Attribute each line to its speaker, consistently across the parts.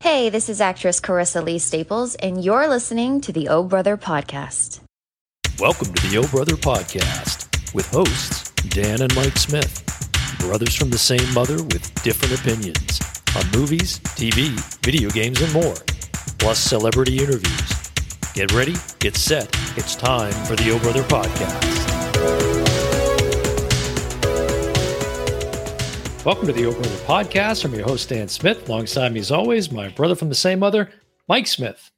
Speaker 1: Hey, this is actress Carissa Lee Staples, and you're listening to the Oh Brother Podcast.
Speaker 2: Welcome to the O Brother Podcast with hosts Dan and Mike Smith, brothers from the same mother with different opinions on movies, TV, video games, and more, plus celebrity interviews. Get ready, get set, it's time for the O Brother Podcast. Welcome to the O Brother Podcast. I'm your host, Dan Smith. Alongside me, as always, my brother from the same mother, Mike Smith.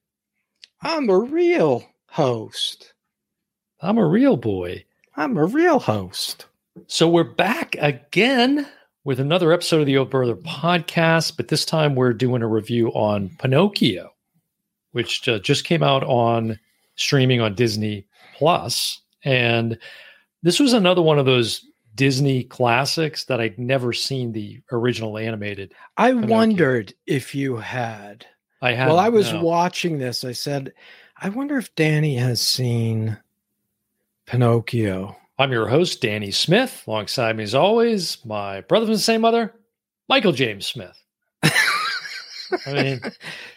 Speaker 3: I'm a real host.
Speaker 2: I'm a real boy.
Speaker 3: I'm a real host.
Speaker 2: So we're back again with another episode of the Old Brother podcast, but this time we're doing a review on Pinocchio, which uh, just came out on streaming on Disney Plus. And this was another one of those Disney classics that I'd never seen the original animated.
Speaker 3: I
Speaker 2: Pinocchio.
Speaker 3: wondered if you had.
Speaker 2: I had uh,
Speaker 3: While I was
Speaker 2: no.
Speaker 3: watching this, I said, I wonder if Danny has seen Pinocchio.
Speaker 2: I'm your host, Danny Smith. Alongside me, as always, my brother from the same mother, Michael James Smith. I mean,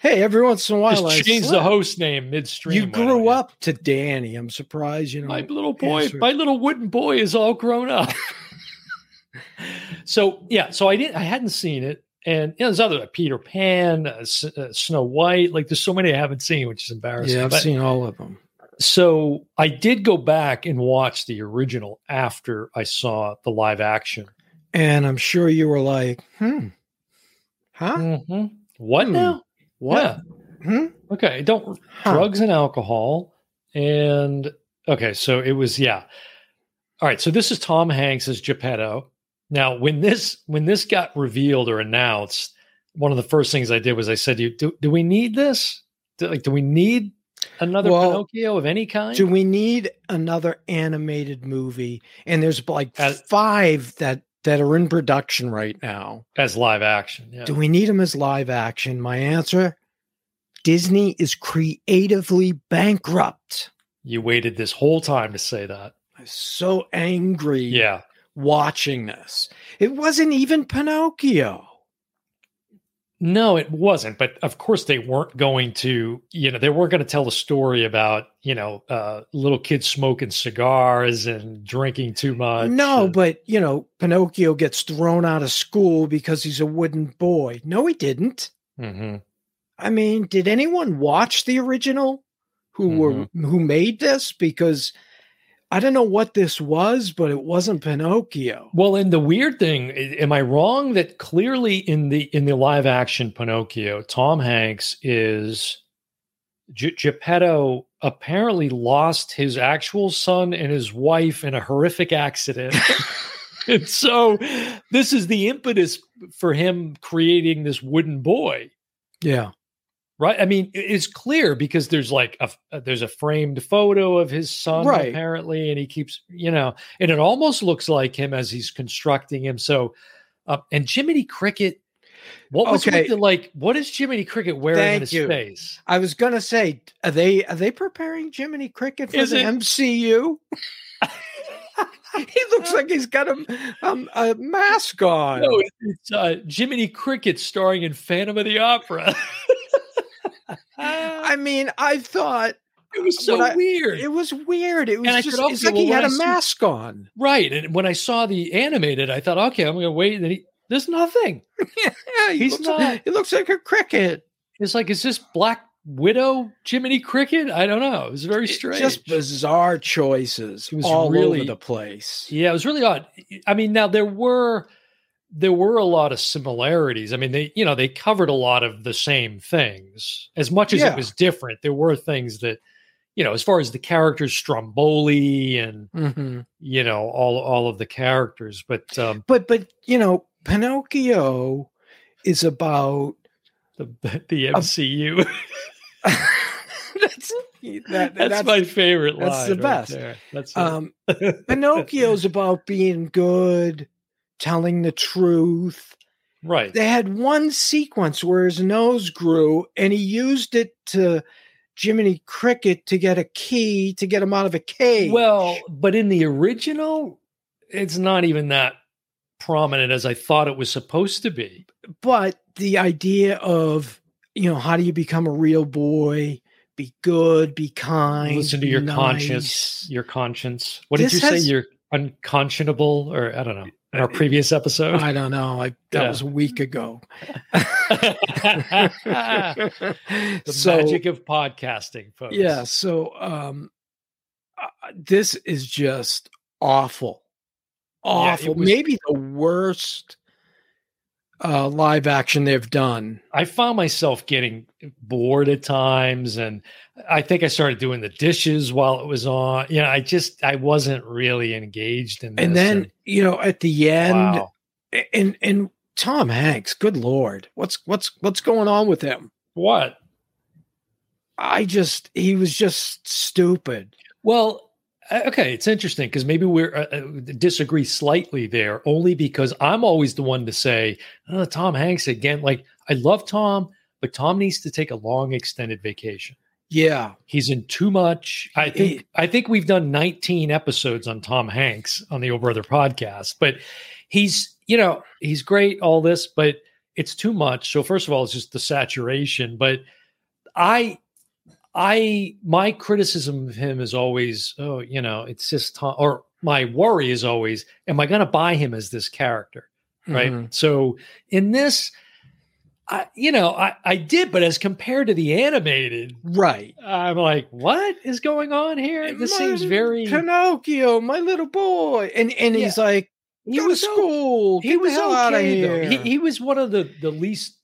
Speaker 3: Hey, every once in a while,
Speaker 2: just
Speaker 3: I
Speaker 2: change the
Speaker 3: slip.
Speaker 2: host name midstream.
Speaker 3: You
Speaker 2: why don't
Speaker 3: grew up to Danny. I'm surprised you know.
Speaker 2: My little boy,
Speaker 3: answer.
Speaker 2: my little wooden boy is all grown up. so yeah, so I didn't, I hadn't seen it, and you know, there's other Peter Pan, uh, S- uh, Snow White, like there's so many I haven't seen, which is embarrassing.
Speaker 3: yeah, I've
Speaker 2: But-
Speaker 3: seen all of them.
Speaker 2: so I did go back and watch the original after I saw the live action.
Speaker 3: And I'm sure you were like, hmm, huh?
Speaker 2: Mhm. What
Speaker 3: Hmm.
Speaker 2: now?
Speaker 3: What?
Speaker 2: Yeah.
Speaker 3: Hmm?
Speaker 2: Okay, don't
Speaker 3: Huh.
Speaker 2: drugs and alcohol and okay so it was yeah all right so this is tom hanks as geppetto now when this when this got revealed or announced one of the first things i did was i said to you do, do we need this do, like do we need another
Speaker 3: Well,
Speaker 2: pinocchio of any kind
Speaker 3: Do we need another animated movie? And there's like
Speaker 2: As-
Speaker 3: five that that are in production right now.
Speaker 2: as live action yeah
Speaker 3: Do we need them as live action? My answer: Disney is creatively bankrupt.
Speaker 2: you waited this whole time to say that
Speaker 3: I was so angry
Speaker 2: yeah
Speaker 3: watching this. It wasn't even Pinocchio.
Speaker 2: No, it wasn't. But of course, they weren't going to, you know, they weren't going to tell a story about, you know, uh, little kids smoking cigars and drinking too much. uh
Speaker 3: no,
Speaker 2: and-
Speaker 3: but you know, Pinocchio gets thrown out of school because he's a wooden boy. No, he didn't.
Speaker 2: Mhm.
Speaker 3: I mean, did anyone watch the original who
Speaker 2: Mm-hmm.
Speaker 3: were who made this? Because I don't know what this was, but it wasn't Pinocchio.
Speaker 2: Well, and the weird thing, i- am I wrong that clearly in the in the live action Pinocchio, Tom Hanks is Ge- Geppetto apparently lost his actual son and his wife in a horrific accident. and so this is the impetus for him creating this wooden boy
Speaker 3: Yeah.
Speaker 2: right i mean it- it's clear because there's like a f- uh, there's a framed photo of his son
Speaker 3: Right.
Speaker 2: apparently and he keeps you know and it almost looks like him as he's constructing him so uh, and jiminy cricket what was with
Speaker 3: Okay.
Speaker 2: the, like what is jiminy cricket wearing in
Speaker 3: Thank
Speaker 2: his
Speaker 3: you.
Speaker 2: face
Speaker 3: I was gonna say, are they are they preparing Jiminy Cricket for
Speaker 2: Is
Speaker 3: the
Speaker 2: it-
Speaker 3: MCU? he looks like he's got a, um, a mask on.
Speaker 2: no, it's- it's uh, Jiminy Cricket starring in Phantom of the Opera.
Speaker 3: I mean, I thought
Speaker 2: it was so
Speaker 3: Ah, When I-
Speaker 2: weird.
Speaker 3: it was weird. It was
Speaker 2: And I
Speaker 3: just
Speaker 2: could
Speaker 3: it's
Speaker 2: also-
Speaker 3: like he
Speaker 2: well,
Speaker 3: had
Speaker 2: when
Speaker 3: a
Speaker 2: I see-
Speaker 3: mask on.
Speaker 2: Right. And when I saw the animated, I thought, okay, I'm going to wait. And he, there's nothing.
Speaker 3: Yeah, he
Speaker 2: He's
Speaker 3: looks,
Speaker 2: not-
Speaker 3: He looks like a cricket.
Speaker 2: It's like, is this Black Widow Jiminy Cricket? I don't know. It was very
Speaker 3: It-
Speaker 2: strange.
Speaker 3: Just bizarre choices
Speaker 2: It was
Speaker 3: all
Speaker 2: really-
Speaker 3: over the place.
Speaker 2: yeah, it was really odd. I mean, now there were there were a lot of similarities. I mean, they you know they covered a lot of the same things. As much as
Speaker 3: Yeah.
Speaker 2: it was different, there were things that you know, as far as the characters Stromboli and you know all all of the characters, but um,
Speaker 3: But but you know, Pinocchio is about
Speaker 2: the the
Speaker 3: Um,
Speaker 2: MCU.
Speaker 3: that's that,
Speaker 2: that's, my favorite line.
Speaker 3: that's the
Speaker 2: right
Speaker 3: best.
Speaker 2: there. That's it.
Speaker 3: um, Pinocchio's about being good, telling the truth.
Speaker 2: right.
Speaker 3: They had one sequence where his nose grew, and he used it to Jiminy Cricket to get a key to get him out of a cage.
Speaker 2: Well, but in the original, it's not even that prominent as I thought it was supposed to be.
Speaker 3: but the idea of you know, how do you become a real boy? Be good, be kind.
Speaker 2: Listen to your
Speaker 3: be
Speaker 2: conscience.
Speaker 3: nice.
Speaker 2: Your conscience. What
Speaker 3: This
Speaker 2: did you
Speaker 3: has- Uh,
Speaker 2: say? You're unconscionable, or I don't know. In our previous episode.
Speaker 3: I don't know. I, that
Speaker 2: Yeah.
Speaker 3: was a week ago.
Speaker 2: the
Speaker 3: so
Speaker 2: magic of podcasting, folks.
Speaker 3: yeah, so um, uh, this is just awful,
Speaker 2: Yeah, it
Speaker 3: awful.
Speaker 2: was-
Speaker 3: Maybe the worst uh, live action they've done.
Speaker 2: I found myself getting bored at times, and I think I started doing the dishes while it was on. You know, I just I wasn't really engaged in this.
Speaker 3: And then you know, at the end,
Speaker 2: wow.
Speaker 3: a- and and Tom Hanks, good lord, what's what's what's going on with him?
Speaker 2: what?
Speaker 3: I just he was just stupid.
Speaker 2: Well, uh, okay, it's interesting because maybe we're uh, uh, disagree slightly there, only because I'm always the one to say oh, Tom Hanks again. Like I love Tom, but Tom needs to take a long extended vacation.
Speaker 3: Yeah,
Speaker 2: He's in too much. I think
Speaker 3: He-
Speaker 2: I think we've done 19 episodes on Tom Hanks on the Old Brother podcast, but he's you know he's great all this, but it's too much. So first of all, it's just the saturation. But I I my criticism of him is always oh you know it's just Tom or my worry is always am I going to buy him as this character? right?
Speaker 3: Mhm.
Speaker 2: So in this, I you know I I did, but as compared to the animated,
Speaker 3: Right.
Speaker 2: I'm like, what is going on here? This seems
Speaker 3: My
Speaker 2: very.
Speaker 3: Pinocchio, my little boy, and and he's like,
Speaker 2: He
Speaker 3: he
Speaker 2: was
Speaker 3: was
Speaker 2: o-
Speaker 3: school.
Speaker 2: He was
Speaker 3: out of
Speaker 2: okay though.
Speaker 3: here.
Speaker 2: He, he was one of the the least.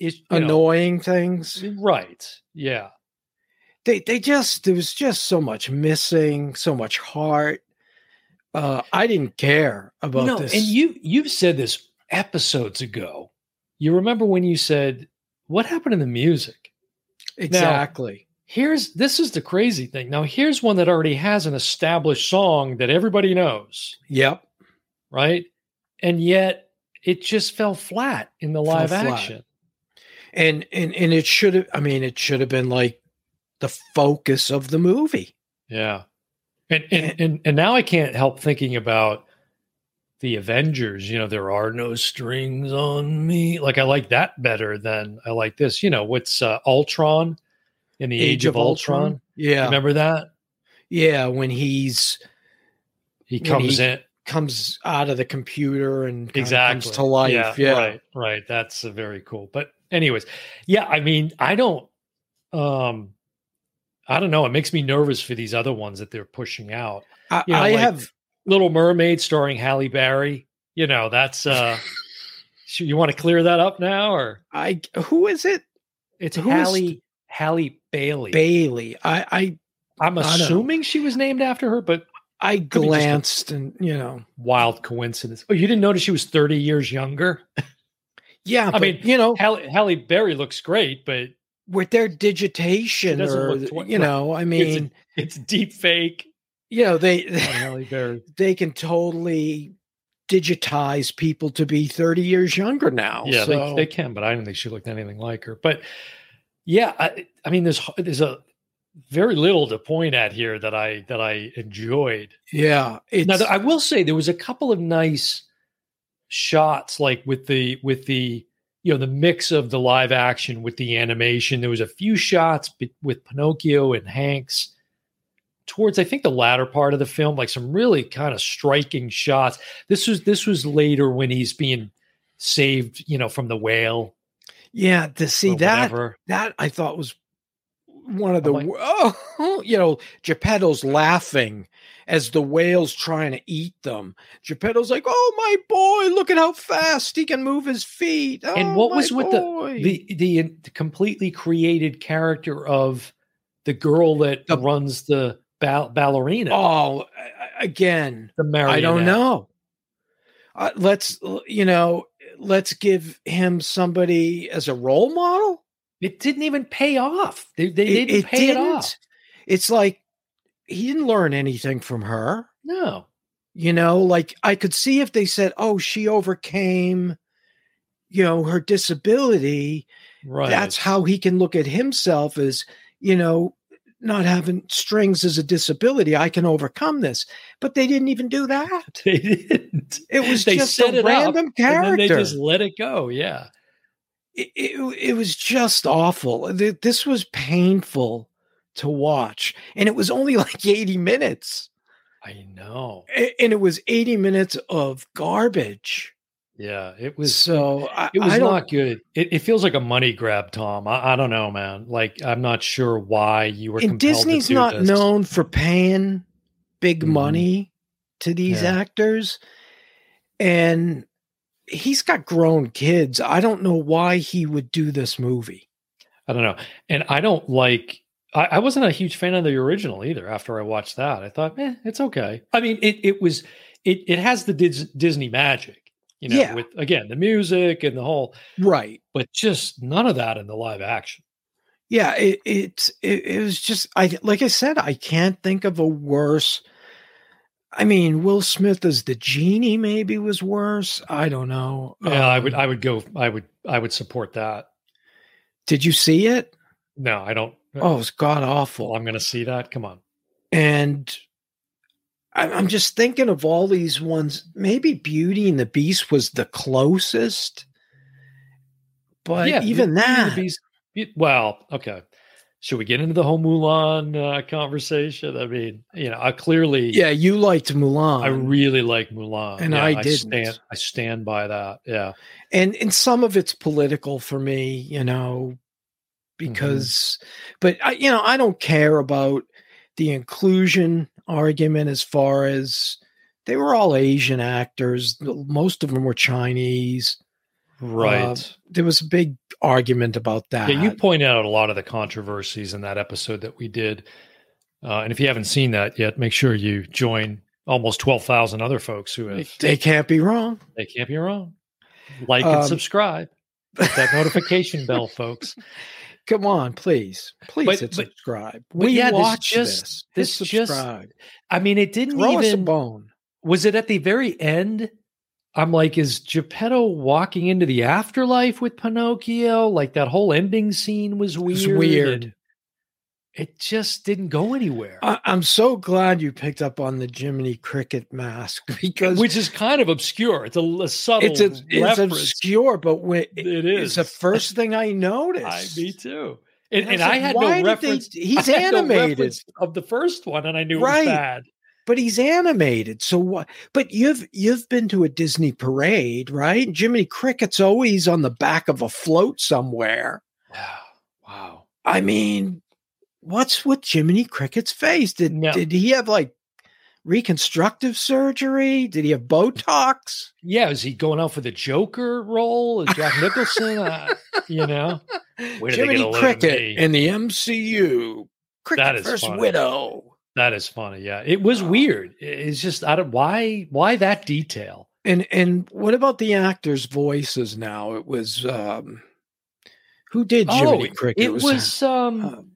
Speaker 2: Is, you know,
Speaker 3: Annoying things.
Speaker 2: right? Yeah.
Speaker 3: They they just there was just so much missing, so much heart. Uh, I didn't care about
Speaker 2: no,
Speaker 3: this.
Speaker 2: and you you've said this episodes ago. You remember when you said, "What happened to the music?"
Speaker 3: exactly.
Speaker 2: Here's this is the crazy thing. Now here's one that already has an established song that everybody knows.
Speaker 3: yep.
Speaker 2: right? And yet it just fell flat in the
Speaker 3: Fell
Speaker 2: live
Speaker 3: flat.
Speaker 2: action.
Speaker 3: And and and it should have. I mean, it should have been like the focus of the movie.
Speaker 2: Yeah. And and, and and now I can't help thinking about the Avengers, you know, there are no strings on me. Like I like that better than I like this. You know, what's uh, Ultron in the Age, of Ultron?
Speaker 3: Yeah.
Speaker 2: Remember that?
Speaker 3: Yeah. When he's
Speaker 2: He
Speaker 3: When
Speaker 2: comes
Speaker 3: he
Speaker 2: in
Speaker 3: comes out of the computer and kinda
Speaker 2: exactly
Speaker 3: comes to life. Yeah.
Speaker 2: right right that's a very cool but anyways yeah i mean i don't um i don't know it makes me nervous for these other ones that they're pushing out
Speaker 3: I,
Speaker 2: You know,
Speaker 3: I
Speaker 2: like-
Speaker 3: have
Speaker 2: little mermaid starring halle berry you know that's uh sh- you want to clear that up now or
Speaker 3: I who is it?
Speaker 2: it's
Speaker 3: Who is-
Speaker 2: halle halle bailey
Speaker 3: Bailey. I I
Speaker 2: i'm
Speaker 3: I don't know.
Speaker 2: assuming she was named after her but
Speaker 3: I
Speaker 2: just a-
Speaker 3: glanced and you know
Speaker 2: wild coincidence oh you didn't notice she was 30 years younger
Speaker 3: yeah. but,
Speaker 2: mean,
Speaker 3: you know,
Speaker 2: halle, halle berry looks great but
Speaker 3: with their digitation
Speaker 2: doesn't
Speaker 3: or
Speaker 2: look twen-
Speaker 3: you know, I
Speaker 2: It's a-
Speaker 3: mean,
Speaker 2: it's deep fake
Speaker 3: you know
Speaker 2: on
Speaker 3: they
Speaker 2: halle berry
Speaker 3: they can totally digitize people to be thirty years younger now.
Speaker 2: Yeah,
Speaker 3: so-
Speaker 2: they, they can, but I don't think she looked anything like her. But yeah, I, I mean, there's there's a very little to point at here that I that I enjoyed.
Speaker 3: yeah. It's
Speaker 2: now, I will say there was a couple of nice shots, like with the with the you know the mix of the live action with the animation. There was a few shots be- with Pinocchio and Hanks towards I think the latter part of the film, like some really kind of striking shots. This was this was later when he's being saved, you know, from the whale
Speaker 3: yeah to see
Speaker 2: or
Speaker 3: that
Speaker 2: whatever.
Speaker 3: that I thought was one of the
Speaker 2: like-
Speaker 3: oh you know Geppetto's laughing as the whale's trying to eat them. Geppetto's like, "Oh my boy, look at how fast he can move his feet."
Speaker 2: And
Speaker 3: Oh,
Speaker 2: what was
Speaker 3: my
Speaker 2: with the-
Speaker 3: boy."
Speaker 2: the, the the completely created character of the girl that
Speaker 3: The-
Speaker 2: runs the ba- ballerina,
Speaker 3: oh a- a- again?
Speaker 2: the marionette.
Speaker 3: I don't know. Uh, let's you know, let's give him somebody as a role model.
Speaker 2: It didn't even pay off. They, they
Speaker 3: It-
Speaker 2: didn't
Speaker 3: it
Speaker 2: pay it off.
Speaker 3: It's like he didn't learn anything from her.
Speaker 2: No,
Speaker 3: you know like i could see if they said oh she overcame you know her disability
Speaker 2: right.
Speaker 3: that's how he can look at himself as you know not having strings as a disability i can overcome this but they didn't even do that
Speaker 2: they didn't.
Speaker 3: it was
Speaker 2: They
Speaker 3: just
Speaker 2: set
Speaker 3: a
Speaker 2: it up,
Speaker 3: random
Speaker 2: And then
Speaker 3: character
Speaker 2: they just let it go. Yeah.
Speaker 3: it, it, it was just awful. Th- This was painful to watch, and it was only like 80 minutes,
Speaker 2: I know.
Speaker 3: A- and it was 80 minutes of garbage.
Speaker 2: Yeah, it was
Speaker 3: so I,
Speaker 2: It was
Speaker 3: I don't-
Speaker 2: not good. It, it feels like a money grab, Tom. I, I don't know, man. Like I'm not sure why you were.
Speaker 3: and
Speaker 2: compelled
Speaker 3: Disney's
Speaker 2: to do
Speaker 3: not
Speaker 2: this.
Speaker 3: known for paying big
Speaker 2: Mhm.
Speaker 3: money to these
Speaker 2: Yeah.
Speaker 3: actors, and he's got grown kids. I don't know why he would do this movie.
Speaker 2: I don't know, and I don't like. I, I wasn't a huge fan of the original either. After I watched that, I thought, eh, it's okay. I mean, it it was it it has the Dis- Disney magic, you know,
Speaker 3: Yeah.
Speaker 2: with again the music and the whole,
Speaker 3: Right.
Speaker 2: but just none of that in the live action.
Speaker 3: yeah it, it's it, it was just i like i said i can't think of a worse i mean will smith as the genie maybe was worse i don't know
Speaker 2: Yeah, I would
Speaker 3: Um,
Speaker 2: I would go I would I would support that.
Speaker 3: did you see it
Speaker 2: No, I don't.
Speaker 3: oh it's god
Speaker 2: well,
Speaker 3: awful
Speaker 2: Uh, I'm going to see that. Come on.
Speaker 3: and I- i'm just thinking of all these ones maybe beauty and the beast was the closest but
Speaker 2: Yeah,
Speaker 3: even
Speaker 2: Beauty and the
Speaker 3: that
Speaker 2: Beast- Be- well, okay. Should we get into the whole Mulan uh, conversation? I mean, you know, I clearly,
Speaker 3: yeah you liked mulan
Speaker 2: I really like Mulan,
Speaker 3: And
Speaker 2: Yeah,
Speaker 3: I didn't.
Speaker 2: stand, I stand by that. Yeah,
Speaker 3: and and some of it's political for me you know
Speaker 2: Mm-hmm.
Speaker 3: because but I, you know i don't care about the inclusion argument as far as they were all asian actors most of them were chinese
Speaker 2: right.
Speaker 3: there was a big argument about that
Speaker 2: yeah, you point out a lot of the controversies in that episode that we did, uh, and if you haven't seen that yet, make sure you join almost twelve thousand other folks who have.
Speaker 3: they can't be wrong
Speaker 2: They can't be wrong. Like
Speaker 3: Um,
Speaker 2: and subscribe. Hit that notification bell, folks.
Speaker 3: come on please please
Speaker 2: But-
Speaker 3: hit
Speaker 2: but-
Speaker 3: subscribe
Speaker 2: but
Speaker 3: we
Speaker 2: yeah, this
Speaker 3: watch
Speaker 2: just-
Speaker 3: this Hit
Speaker 2: this just
Speaker 3: subscribe
Speaker 2: I mean, it didn't
Speaker 3: throw us a
Speaker 2: even.
Speaker 3: bone
Speaker 2: was it at the very end? I'm like, is Geppetto walking into the afterlife with Pinocchio? Like that whole ending scene was weird. Uh,
Speaker 3: was weird.
Speaker 2: and It just didn't go anywhere,
Speaker 3: I, i'm so glad you picked up on the jiminy cricket mask because
Speaker 2: which is kind of obscure. It's a, a subtle
Speaker 3: it's, a, it's
Speaker 2: reference.
Speaker 3: obscure, but when,
Speaker 2: It
Speaker 3: it's the
Speaker 2: is.
Speaker 3: first thing I noticed.
Speaker 2: I, me too. And,
Speaker 3: was
Speaker 2: and I
Speaker 3: like,
Speaker 2: had
Speaker 3: why
Speaker 2: no
Speaker 3: did they-
Speaker 2: reference.
Speaker 3: he's
Speaker 2: I had no
Speaker 3: animated,
Speaker 2: reference of the first one, and I knew it
Speaker 3: Right.
Speaker 2: was bad.
Speaker 3: but he's animated. So what? But you've you've been to a Disney parade, right? Jiminy Cricket's always on the back of a float somewhere.
Speaker 2: Wow. Wow.
Speaker 3: I mean, what's with Jiminy Cricket's face? Did
Speaker 2: No.
Speaker 3: did he have like reconstructive surgery? Did he have Botox?
Speaker 2: Yeah, is he going out for the Joker role? Is Jack Nicholson? uh, you know, Where did they get
Speaker 3: Jiminy
Speaker 2: a load of me?
Speaker 3: Cricket in the MCU. Cricket
Speaker 2: is
Speaker 3: first
Speaker 2: funny.
Speaker 3: widow.
Speaker 2: that is funny. Yeah, it
Speaker 3: Oh.
Speaker 2: was weird. It- It's just I don't why why that detail.
Speaker 3: And and what about the actors' voices now? It was um who did Jiminy
Speaker 2: it-
Speaker 3: Cricket?
Speaker 2: Oh, it was um
Speaker 3: um,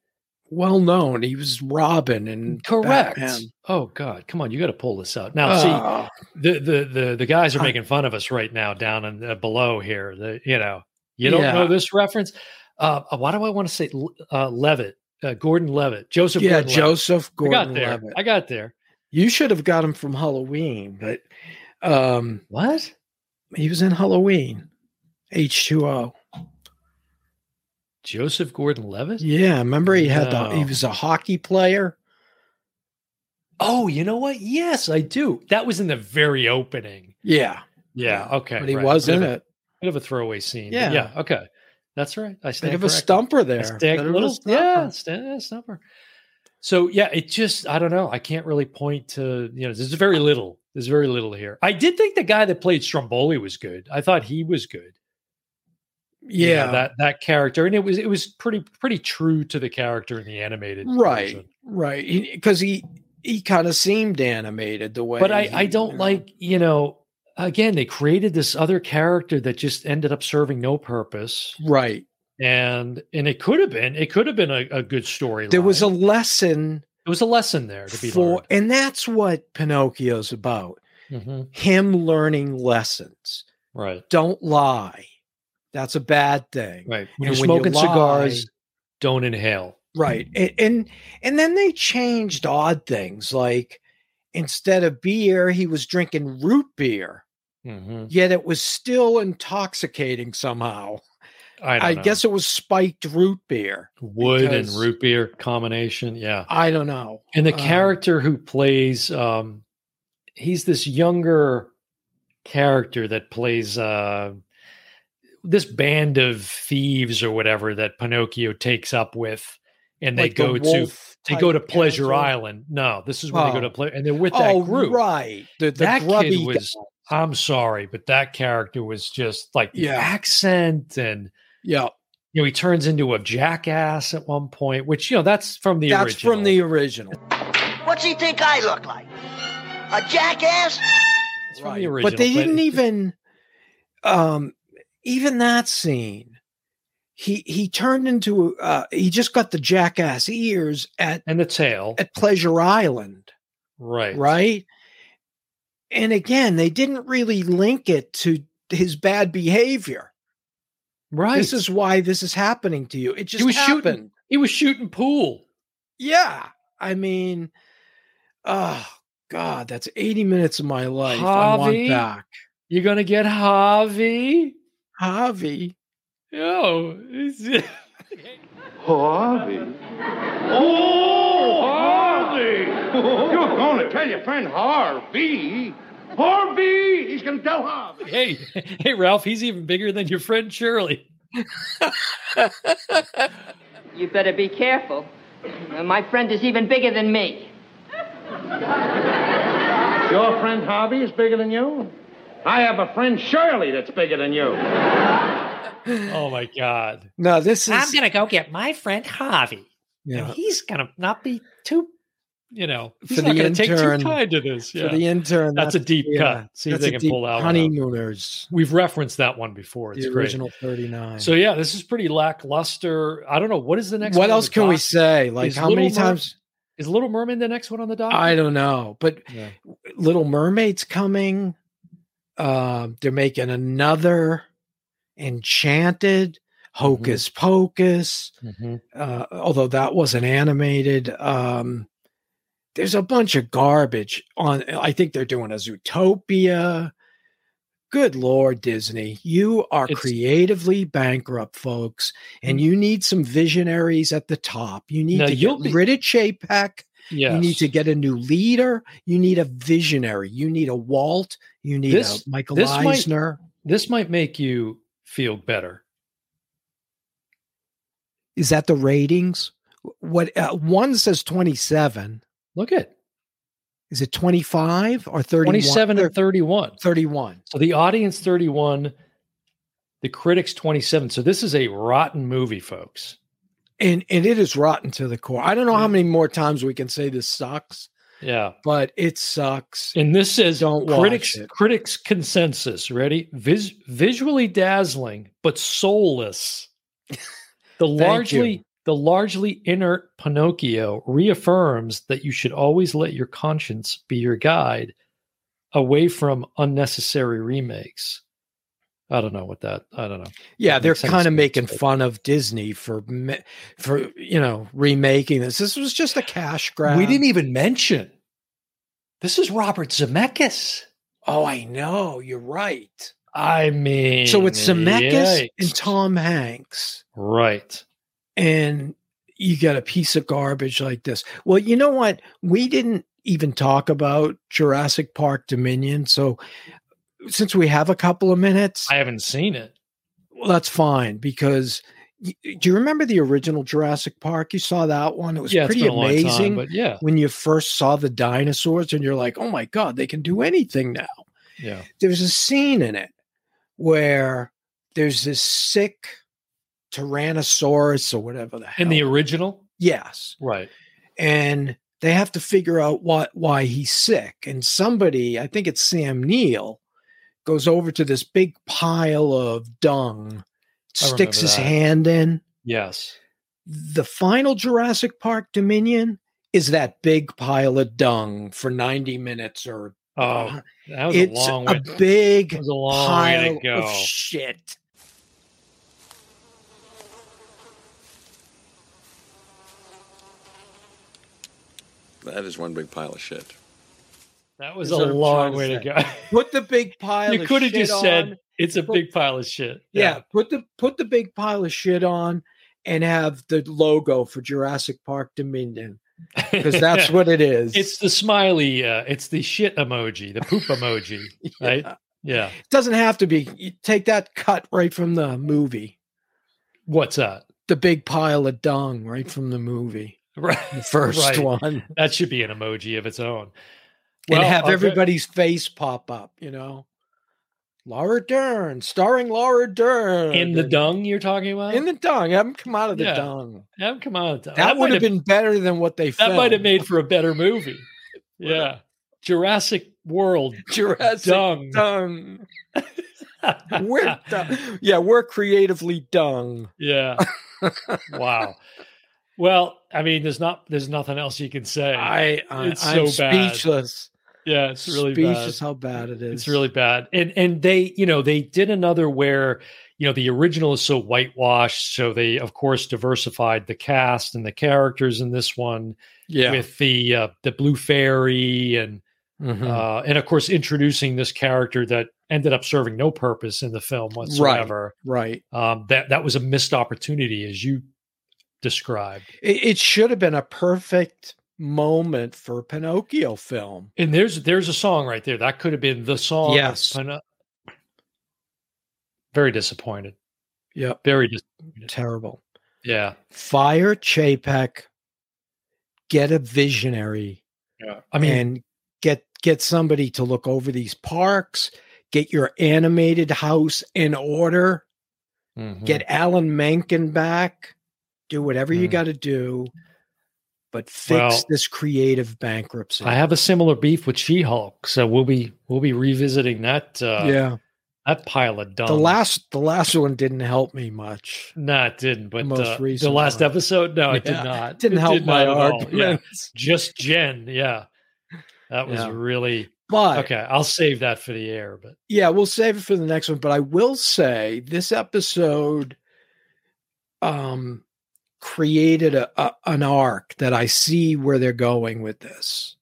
Speaker 3: well known. He was Robin and
Speaker 2: correct.
Speaker 3: Batman.
Speaker 2: Oh God, come on, you got to pull this out now. see,
Speaker 3: Ah,
Speaker 2: the, the the the guys are
Speaker 3: I-
Speaker 2: making fun of us right now down and uh, below here. The, you know, you don't
Speaker 3: Yeah.
Speaker 2: know this reference. Uh, why do I want to say L- uh, Levitt? Uh, Gordon Levitt, Joseph.
Speaker 3: yeah,
Speaker 2: Gordon-Levitt.
Speaker 3: Joseph
Speaker 2: I got
Speaker 3: Gordon
Speaker 2: there.
Speaker 3: Levitt.
Speaker 2: I got there.
Speaker 3: You should have got him from Halloween, but um
Speaker 2: What?
Speaker 3: he was in Halloween. H2O.
Speaker 2: Joseph Gordon-Levitt?
Speaker 3: Yeah, remember he had the he
Speaker 2: No.
Speaker 3: was a hockey player.
Speaker 2: Oh, you know what? Yes, I do. That was in the very opening.
Speaker 3: Yeah,
Speaker 2: Yeah. Okay.
Speaker 3: but he
Speaker 2: right.
Speaker 3: was
Speaker 2: Bit
Speaker 3: in
Speaker 2: of a-
Speaker 3: it.
Speaker 2: Bit of a throwaway scene. but
Speaker 3: Yeah.
Speaker 2: Yeah. Okay. That's right. I stand
Speaker 3: Bit of a
Speaker 2: corrected.
Speaker 3: stumper
Speaker 2: I
Speaker 3: there.
Speaker 2: stand
Speaker 3: Bit
Speaker 2: a
Speaker 3: of a
Speaker 2: little.
Speaker 3: stumper.
Speaker 2: Yeah. Stand, yeah. Stumper. So yeah, it just I don't know. I can't really point to you know. There's very little. There's very little here. I did think the guy that played Stromboli was good. I thought he was good. you know,
Speaker 3: yeah.
Speaker 2: that that character, and it was it was pretty pretty true to the character in the animated
Speaker 3: right
Speaker 2: version.
Speaker 3: right because he he kind of seemed animated the way
Speaker 2: but I,
Speaker 3: he-
Speaker 2: I don't
Speaker 3: you know.
Speaker 2: like you know again they created this other character that just ended up serving no purpose
Speaker 3: right
Speaker 2: and and it could have been it could have been a, a good story
Speaker 3: there was a lesson
Speaker 2: there was a lesson there to be
Speaker 3: for and that's what pinocchio's about
Speaker 2: learned Mhm.
Speaker 3: him learning lessons
Speaker 2: right
Speaker 3: don't lie that's a bad thing
Speaker 2: right when
Speaker 3: And
Speaker 2: you're
Speaker 3: when you
Speaker 2: smoking
Speaker 3: lie-
Speaker 2: cigars don't inhale
Speaker 3: right and, and and then they changed odd things like instead of beer he was drinking root beer
Speaker 2: Mhm.
Speaker 3: yet it was still intoxicating somehow
Speaker 2: I, don't
Speaker 3: I
Speaker 2: know.
Speaker 3: guess it was spiked root beer.
Speaker 2: wood
Speaker 3: because-
Speaker 2: and root beer combination. Yeah,
Speaker 3: I don't know.
Speaker 2: and the
Speaker 3: Um,
Speaker 2: character who plays um, he's this younger character that plays uh, this band of thieves or whatever that Pinocchio takes up with, and they
Speaker 3: like the
Speaker 2: go to
Speaker 3: wolf
Speaker 2: they go to
Speaker 3: type
Speaker 2: Pleasure
Speaker 3: character.
Speaker 2: Island. No, this is where they go
Speaker 3: Oh.
Speaker 2: to Pleasure, and they're with
Speaker 3: oh,
Speaker 2: that group.
Speaker 3: right. The, the
Speaker 2: That kid
Speaker 3: grubby
Speaker 2: was-
Speaker 3: guy.
Speaker 2: I'm sorry, but that character was just like the
Speaker 3: Yeah.
Speaker 2: accent and
Speaker 3: Yeah,
Speaker 2: you know, he turns into a jackass at one point, which you know that's from the
Speaker 3: that's
Speaker 2: original.
Speaker 3: from the original.
Speaker 4: What's he think I look like? A jackass?
Speaker 2: It's from the
Speaker 3: But they
Speaker 2: original, but
Speaker 3: didn't
Speaker 2: it's-
Speaker 3: even, um, even that scene. He he turned into uh, he just got the jackass ears at
Speaker 2: and the tail,
Speaker 3: at Pleasure Island,
Speaker 2: right?
Speaker 3: right? And again, they didn't really link it to his bad behavior.
Speaker 2: right.
Speaker 3: This is why this is happening to you. It just
Speaker 2: was shooting.
Speaker 3: happened.
Speaker 2: he was shooting pool.
Speaker 3: Yeah. I mean, oh God, that's 80 minutes of my life. I
Speaker 2: Javi?
Speaker 3: want back.
Speaker 2: You're gonna get Harvey.
Speaker 3: Javi.
Speaker 2: Yo, it's-
Speaker 5: Harvey. Oh, Harvey! You're going to tell your friend Harvey. Harvey! He's going to tell Harvey.
Speaker 2: hey, hey, Ralph, he's even bigger than your friend Shirley.
Speaker 6: You better be careful. Uh, My friend is even bigger than me.
Speaker 5: Your friend Harvey is bigger than you? I have a friend Shirley that's bigger than you.
Speaker 2: Oh my God!
Speaker 3: No, this is
Speaker 2: gonna go get my friend Harvey.
Speaker 3: yeah,
Speaker 2: he's gonna not be too, you know,
Speaker 3: For the intern-
Speaker 2: to this.
Speaker 3: for the intern.
Speaker 2: that's a deep
Speaker 3: yeah,
Speaker 2: cut. See if
Speaker 3: that's
Speaker 2: they
Speaker 3: a
Speaker 2: can
Speaker 3: deep
Speaker 2: pull out. one out.
Speaker 3: honeymooners.
Speaker 2: We've referenced that one before. It's
Speaker 3: the
Speaker 2: great.
Speaker 3: original 39.
Speaker 2: So yeah, this is pretty lackluster. I don't know what is the next.
Speaker 3: what
Speaker 2: one on
Speaker 3: else
Speaker 2: the
Speaker 3: can we
Speaker 2: doc-
Speaker 3: say? Like
Speaker 2: is
Speaker 3: how many
Speaker 2: Little Mer-
Speaker 3: times?
Speaker 2: Is Little Mermaid the next one on the dock?
Speaker 3: I don't know. But
Speaker 2: Yeah.
Speaker 3: Little Mermaid's coming. Um, they're making another Enchanted,
Speaker 2: Mm-hmm.
Speaker 3: Hocus Pocus. uh, although that wasn't animated. Um, there's a bunch of garbage on. I think they're doing a Zootopia. Good Lord, Disney, you are
Speaker 2: It's- Mm.
Speaker 3: creatively bankrupt, folks, and you need some visionaries at the top. You need
Speaker 2: Now,
Speaker 3: to
Speaker 2: you'll
Speaker 3: get
Speaker 2: be-
Speaker 3: rid of Chapek.
Speaker 2: Yes.
Speaker 3: You need to get a new leader. You need a visionary. You need a Walt. You need
Speaker 2: This-
Speaker 3: a Michael
Speaker 2: this might-
Speaker 3: Eisner.
Speaker 2: This might make you feel better.
Speaker 3: Is that the ratings? What uh, one says twenty seven.
Speaker 2: Look at
Speaker 3: is it 25 or 31
Speaker 2: twenty-seven
Speaker 3: Thir-
Speaker 2: and thirty-one.
Speaker 3: 31
Speaker 2: So the audience thirty-one, the critics twenty-seven. So this is a rotten movie, folks.
Speaker 3: and and it is rotten to the core i don't know how
Speaker 2: Mm.
Speaker 3: many more times we can say this sucks
Speaker 2: Yeah.
Speaker 3: but it sucks
Speaker 2: And this says
Speaker 3: Don't watch
Speaker 2: critics
Speaker 3: it.
Speaker 2: critics consensus. Ready? Vis- visually dazzling, but soulless. The
Speaker 3: you.
Speaker 2: largely the largely inert Pinocchio reaffirms that you should always let your conscience be your guide away from unnecessary remakes. I don't know what that I don't know.
Speaker 3: yeah
Speaker 2: That
Speaker 3: they're
Speaker 2: makes sense
Speaker 3: kind
Speaker 2: to
Speaker 3: of
Speaker 2: me,
Speaker 3: making
Speaker 2: but-
Speaker 3: fun of disney for me- for you know remaking this this was just a cash grab
Speaker 2: even mention. This is Robert Zemeckis.
Speaker 3: oh i know you're right
Speaker 2: I mean
Speaker 3: so it's zemeckis
Speaker 2: Mm,
Speaker 3: and
Speaker 2: yikes.
Speaker 3: tom hanks
Speaker 2: Right.
Speaker 3: and you got a piece of garbage like this. Well, you know what? We didn't even talk about Jurassic Park Dominion. So, since we have a couple of minutes,
Speaker 2: I haven't seen it.
Speaker 3: well, that's fine because y- do you remember the original Jurassic Park? You saw that one. It was
Speaker 2: yeah,
Speaker 3: pretty
Speaker 2: it's been a long time,
Speaker 3: amazing
Speaker 2: but yeah.
Speaker 3: when you first saw the dinosaurs, and you're like, oh my God, they can do anything now.
Speaker 2: Yeah.
Speaker 3: there's a scene in it where there's this sick Tyrannosaurus or whatever the hell.
Speaker 2: In the original?
Speaker 3: yes.
Speaker 2: Right.
Speaker 3: and they have to figure out what why he's sick. And somebody, I think it's Sam Neill, goes over to this big pile of dung,
Speaker 2: I remember
Speaker 3: sticks his
Speaker 2: that.
Speaker 3: hand in.
Speaker 2: Yes.
Speaker 3: The final Jurassic Park Dominion is that big pile of dung for 90 minutes or
Speaker 2: Oh, that was
Speaker 3: Uh, it's
Speaker 2: a long way.
Speaker 3: big
Speaker 2: That was a long way
Speaker 3: pile
Speaker 2: to go.
Speaker 3: of shit.
Speaker 7: That is one big pile of shit.
Speaker 2: That was
Speaker 7: Is
Speaker 2: a
Speaker 7: what I'm
Speaker 2: long
Speaker 7: trying to
Speaker 2: way to
Speaker 7: say.
Speaker 2: go.
Speaker 3: Put the big pile.
Speaker 2: you
Speaker 3: of
Speaker 2: could have
Speaker 3: shit
Speaker 2: just said
Speaker 3: on.
Speaker 2: it's a
Speaker 3: Put-
Speaker 2: big pile of shit.
Speaker 3: yeah. Put the put the big pile of shit on and have the logo for Jurassic Park Dominion because that's what it is.
Speaker 2: it's the smiley. Uh, it's the shit emoji, the poop emoji, right? Yeah.
Speaker 3: It doesn't have to be. You take that cut right from the movie.
Speaker 2: What's that?
Speaker 3: The big pile of dung right from the movie.
Speaker 2: Right.
Speaker 3: The first
Speaker 2: Right.
Speaker 3: one.
Speaker 2: That should be an emoji of its own.
Speaker 3: and have
Speaker 2: I'll go-
Speaker 3: everybody's face pop up, you know. Laura Dern, starring Laura Dern.
Speaker 2: in the
Speaker 3: and-
Speaker 2: dung you're talking about.
Speaker 3: In the dung. Have them come out of the
Speaker 2: Yeah.
Speaker 3: dung.
Speaker 2: Yeah, come on, that,
Speaker 3: That, would have been better than what they
Speaker 2: that
Speaker 3: filmed.
Speaker 2: might have made for a better movie. yeah, Jurassic World
Speaker 3: Jurassic
Speaker 2: dung.
Speaker 3: dung. We're dung. Yeah, we're creatively dung.
Speaker 2: yeah. Wow. Well, I mean, there's not there's nothing else you can say.
Speaker 3: I, I
Speaker 2: It's
Speaker 3: I'm
Speaker 2: so bad.
Speaker 3: speechless.
Speaker 2: yeah, it's really bad.
Speaker 3: speechless how bad it is.
Speaker 2: It's really bad. And and they, you know, they did another where, you know, the original is so whitewashed, so they of course diversified the cast and the characters in this one
Speaker 3: yeah.
Speaker 2: with the uh, the blue fairy and
Speaker 3: Mhm.
Speaker 2: uh, and of course introducing this character that ended up serving no purpose in the film whatsoever.
Speaker 3: right.
Speaker 2: Um, that that was a missed opportunity, as you described.
Speaker 3: It, it should have been a perfect moment for a Pinocchio film.
Speaker 2: And there's there's a song right there that could have been the song. of
Speaker 3: Yes.
Speaker 2: Pino- very disappointed.
Speaker 3: Yep.
Speaker 2: Very dis-
Speaker 3: Terrible.
Speaker 2: yeah.
Speaker 3: Fire Chapek, get a visionary,
Speaker 2: Yeah. I mean,
Speaker 3: and get get somebody to look over these parks. Get your animated house in order.
Speaker 2: mm-hmm.
Speaker 3: Get Alan Menken back. Do whatever you
Speaker 2: Mhm.
Speaker 3: got to do, but fix
Speaker 2: Well,
Speaker 3: this creative bankruptcy.
Speaker 2: I have a similar beef with She-Hulk, so we'll be we'll be revisiting that uh,
Speaker 3: yeah,
Speaker 2: that pile of dumb.
Speaker 3: the last the last one didn't help me much.
Speaker 2: no, it didn't. But
Speaker 3: most
Speaker 2: uh, the
Speaker 3: recent
Speaker 2: last
Speaker 3: one.
Speaker 2: episode, no, it
Speaker 3: Yeah,
Speaker 2: did not.
Speaker 3: It didn't
Speaker 2: It
Speaker 3: help
Speaker 2: did
Speaker 3: my
Speaker 2: not at all.
Speaker 3: arguments.
Speaker 2: Yeah. just Jen. Yeah, that was
Speaker 3: Yeah.
Speaker 2: really
Speaker 3: But
Speaker 2: okay. I'll save that for the air, but
Speaker 3: yeah, we'll save it for the next one. But I will say this episode um created a, a an arc that I see where they're going with this,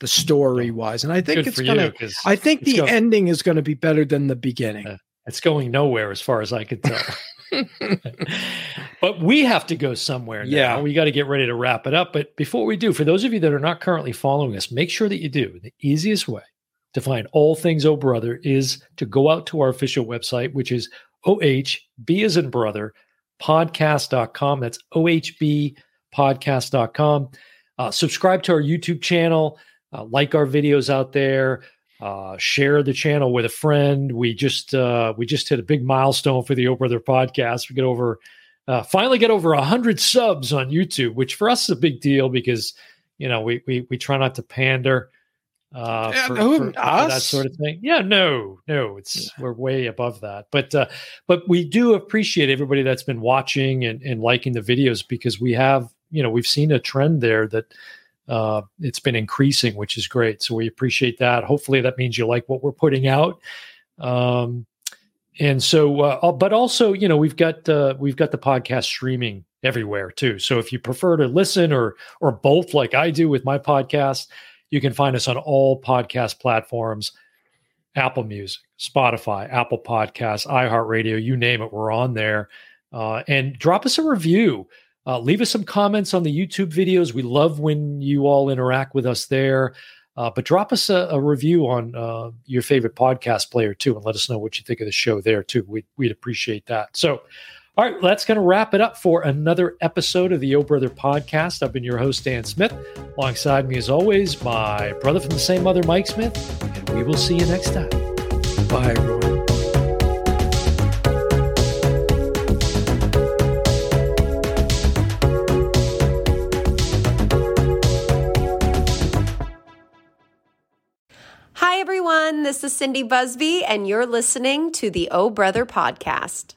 Speaker 3: the story wise. And I think
Speaker 2: good
Speaker 3: it's
Speaker 2: for
Speaker 3: gonna
Speaker 2: you because
Speaker 3: I think
Speaker 2: It's
Speaker 3: the
Speaker 2: gonna-
Speaker 3: ending is gonna be better than the beginning.
Speaker 2: Yeah. it's going nowhere as far as I can tell. but we have to go somewhere. Now.
Speaker 3: Yeah.
Speaker 2: we got to get ready to wrap it up. But before we do, for those of you that are not currently following us, make sure that you do. The easiest way to find all things Oh Brother is to go out to our official website, which is OHB as in brother podcast.com. That's OHB podcast.com. Uh, subscribe to our YouTube channel, uh, like our videos out there, uh, share the channel with a friend. We just uh, we just hit a big milestone for the Oh Brother podcast. We get over uh, finally get over hundred subs on YouTube, which for us is a big deal because you know we we we try not to pander. Uh,
Speaker 3: Yeah,
Speaker 2: for,
Speaker 3: who-
Speaker 2: for- for that
Speaker 3: us?
Speaker 2: sort of thing. Yeah, no, no, it's we're way above that. But uh, but we do appreciate everybody that's been watching and, and liking the videos because we have you know we've seen a trend there that uh, it's been increasing which is great so we appreciate that hopefully that means you like what we're putting out um, and so uh, al- but also you know we've got uh, we've got the podcast streaming everywhere too so if you prefer to listen or or both like i do with my podcast you can find us on all podcast platforms Apple Music, Spotify, Apple Podcasts, iHeartRadio, you name it, we're on there. Uh, and drop us a review. Uh, leave us some comments on the YouTube videos. We love when you all interact with us there. Uh, but drop us a, a review on uh, your favorite podcast player too, and let us know what you think of the show there too. We'd, we'd appreciate that. So, all right, that's going to wrap it up for another episode of the Yo Brother podcast. I've been your host, Dan Smith. Alongside me, as always, my brother from the same mother, Mike Smith. And we will see you next time.
Speaker 3: Bye everyone.
Speaker 8: Hi, everyone. This is Cindy Busby, and you're listening to the Oh Brother podcast.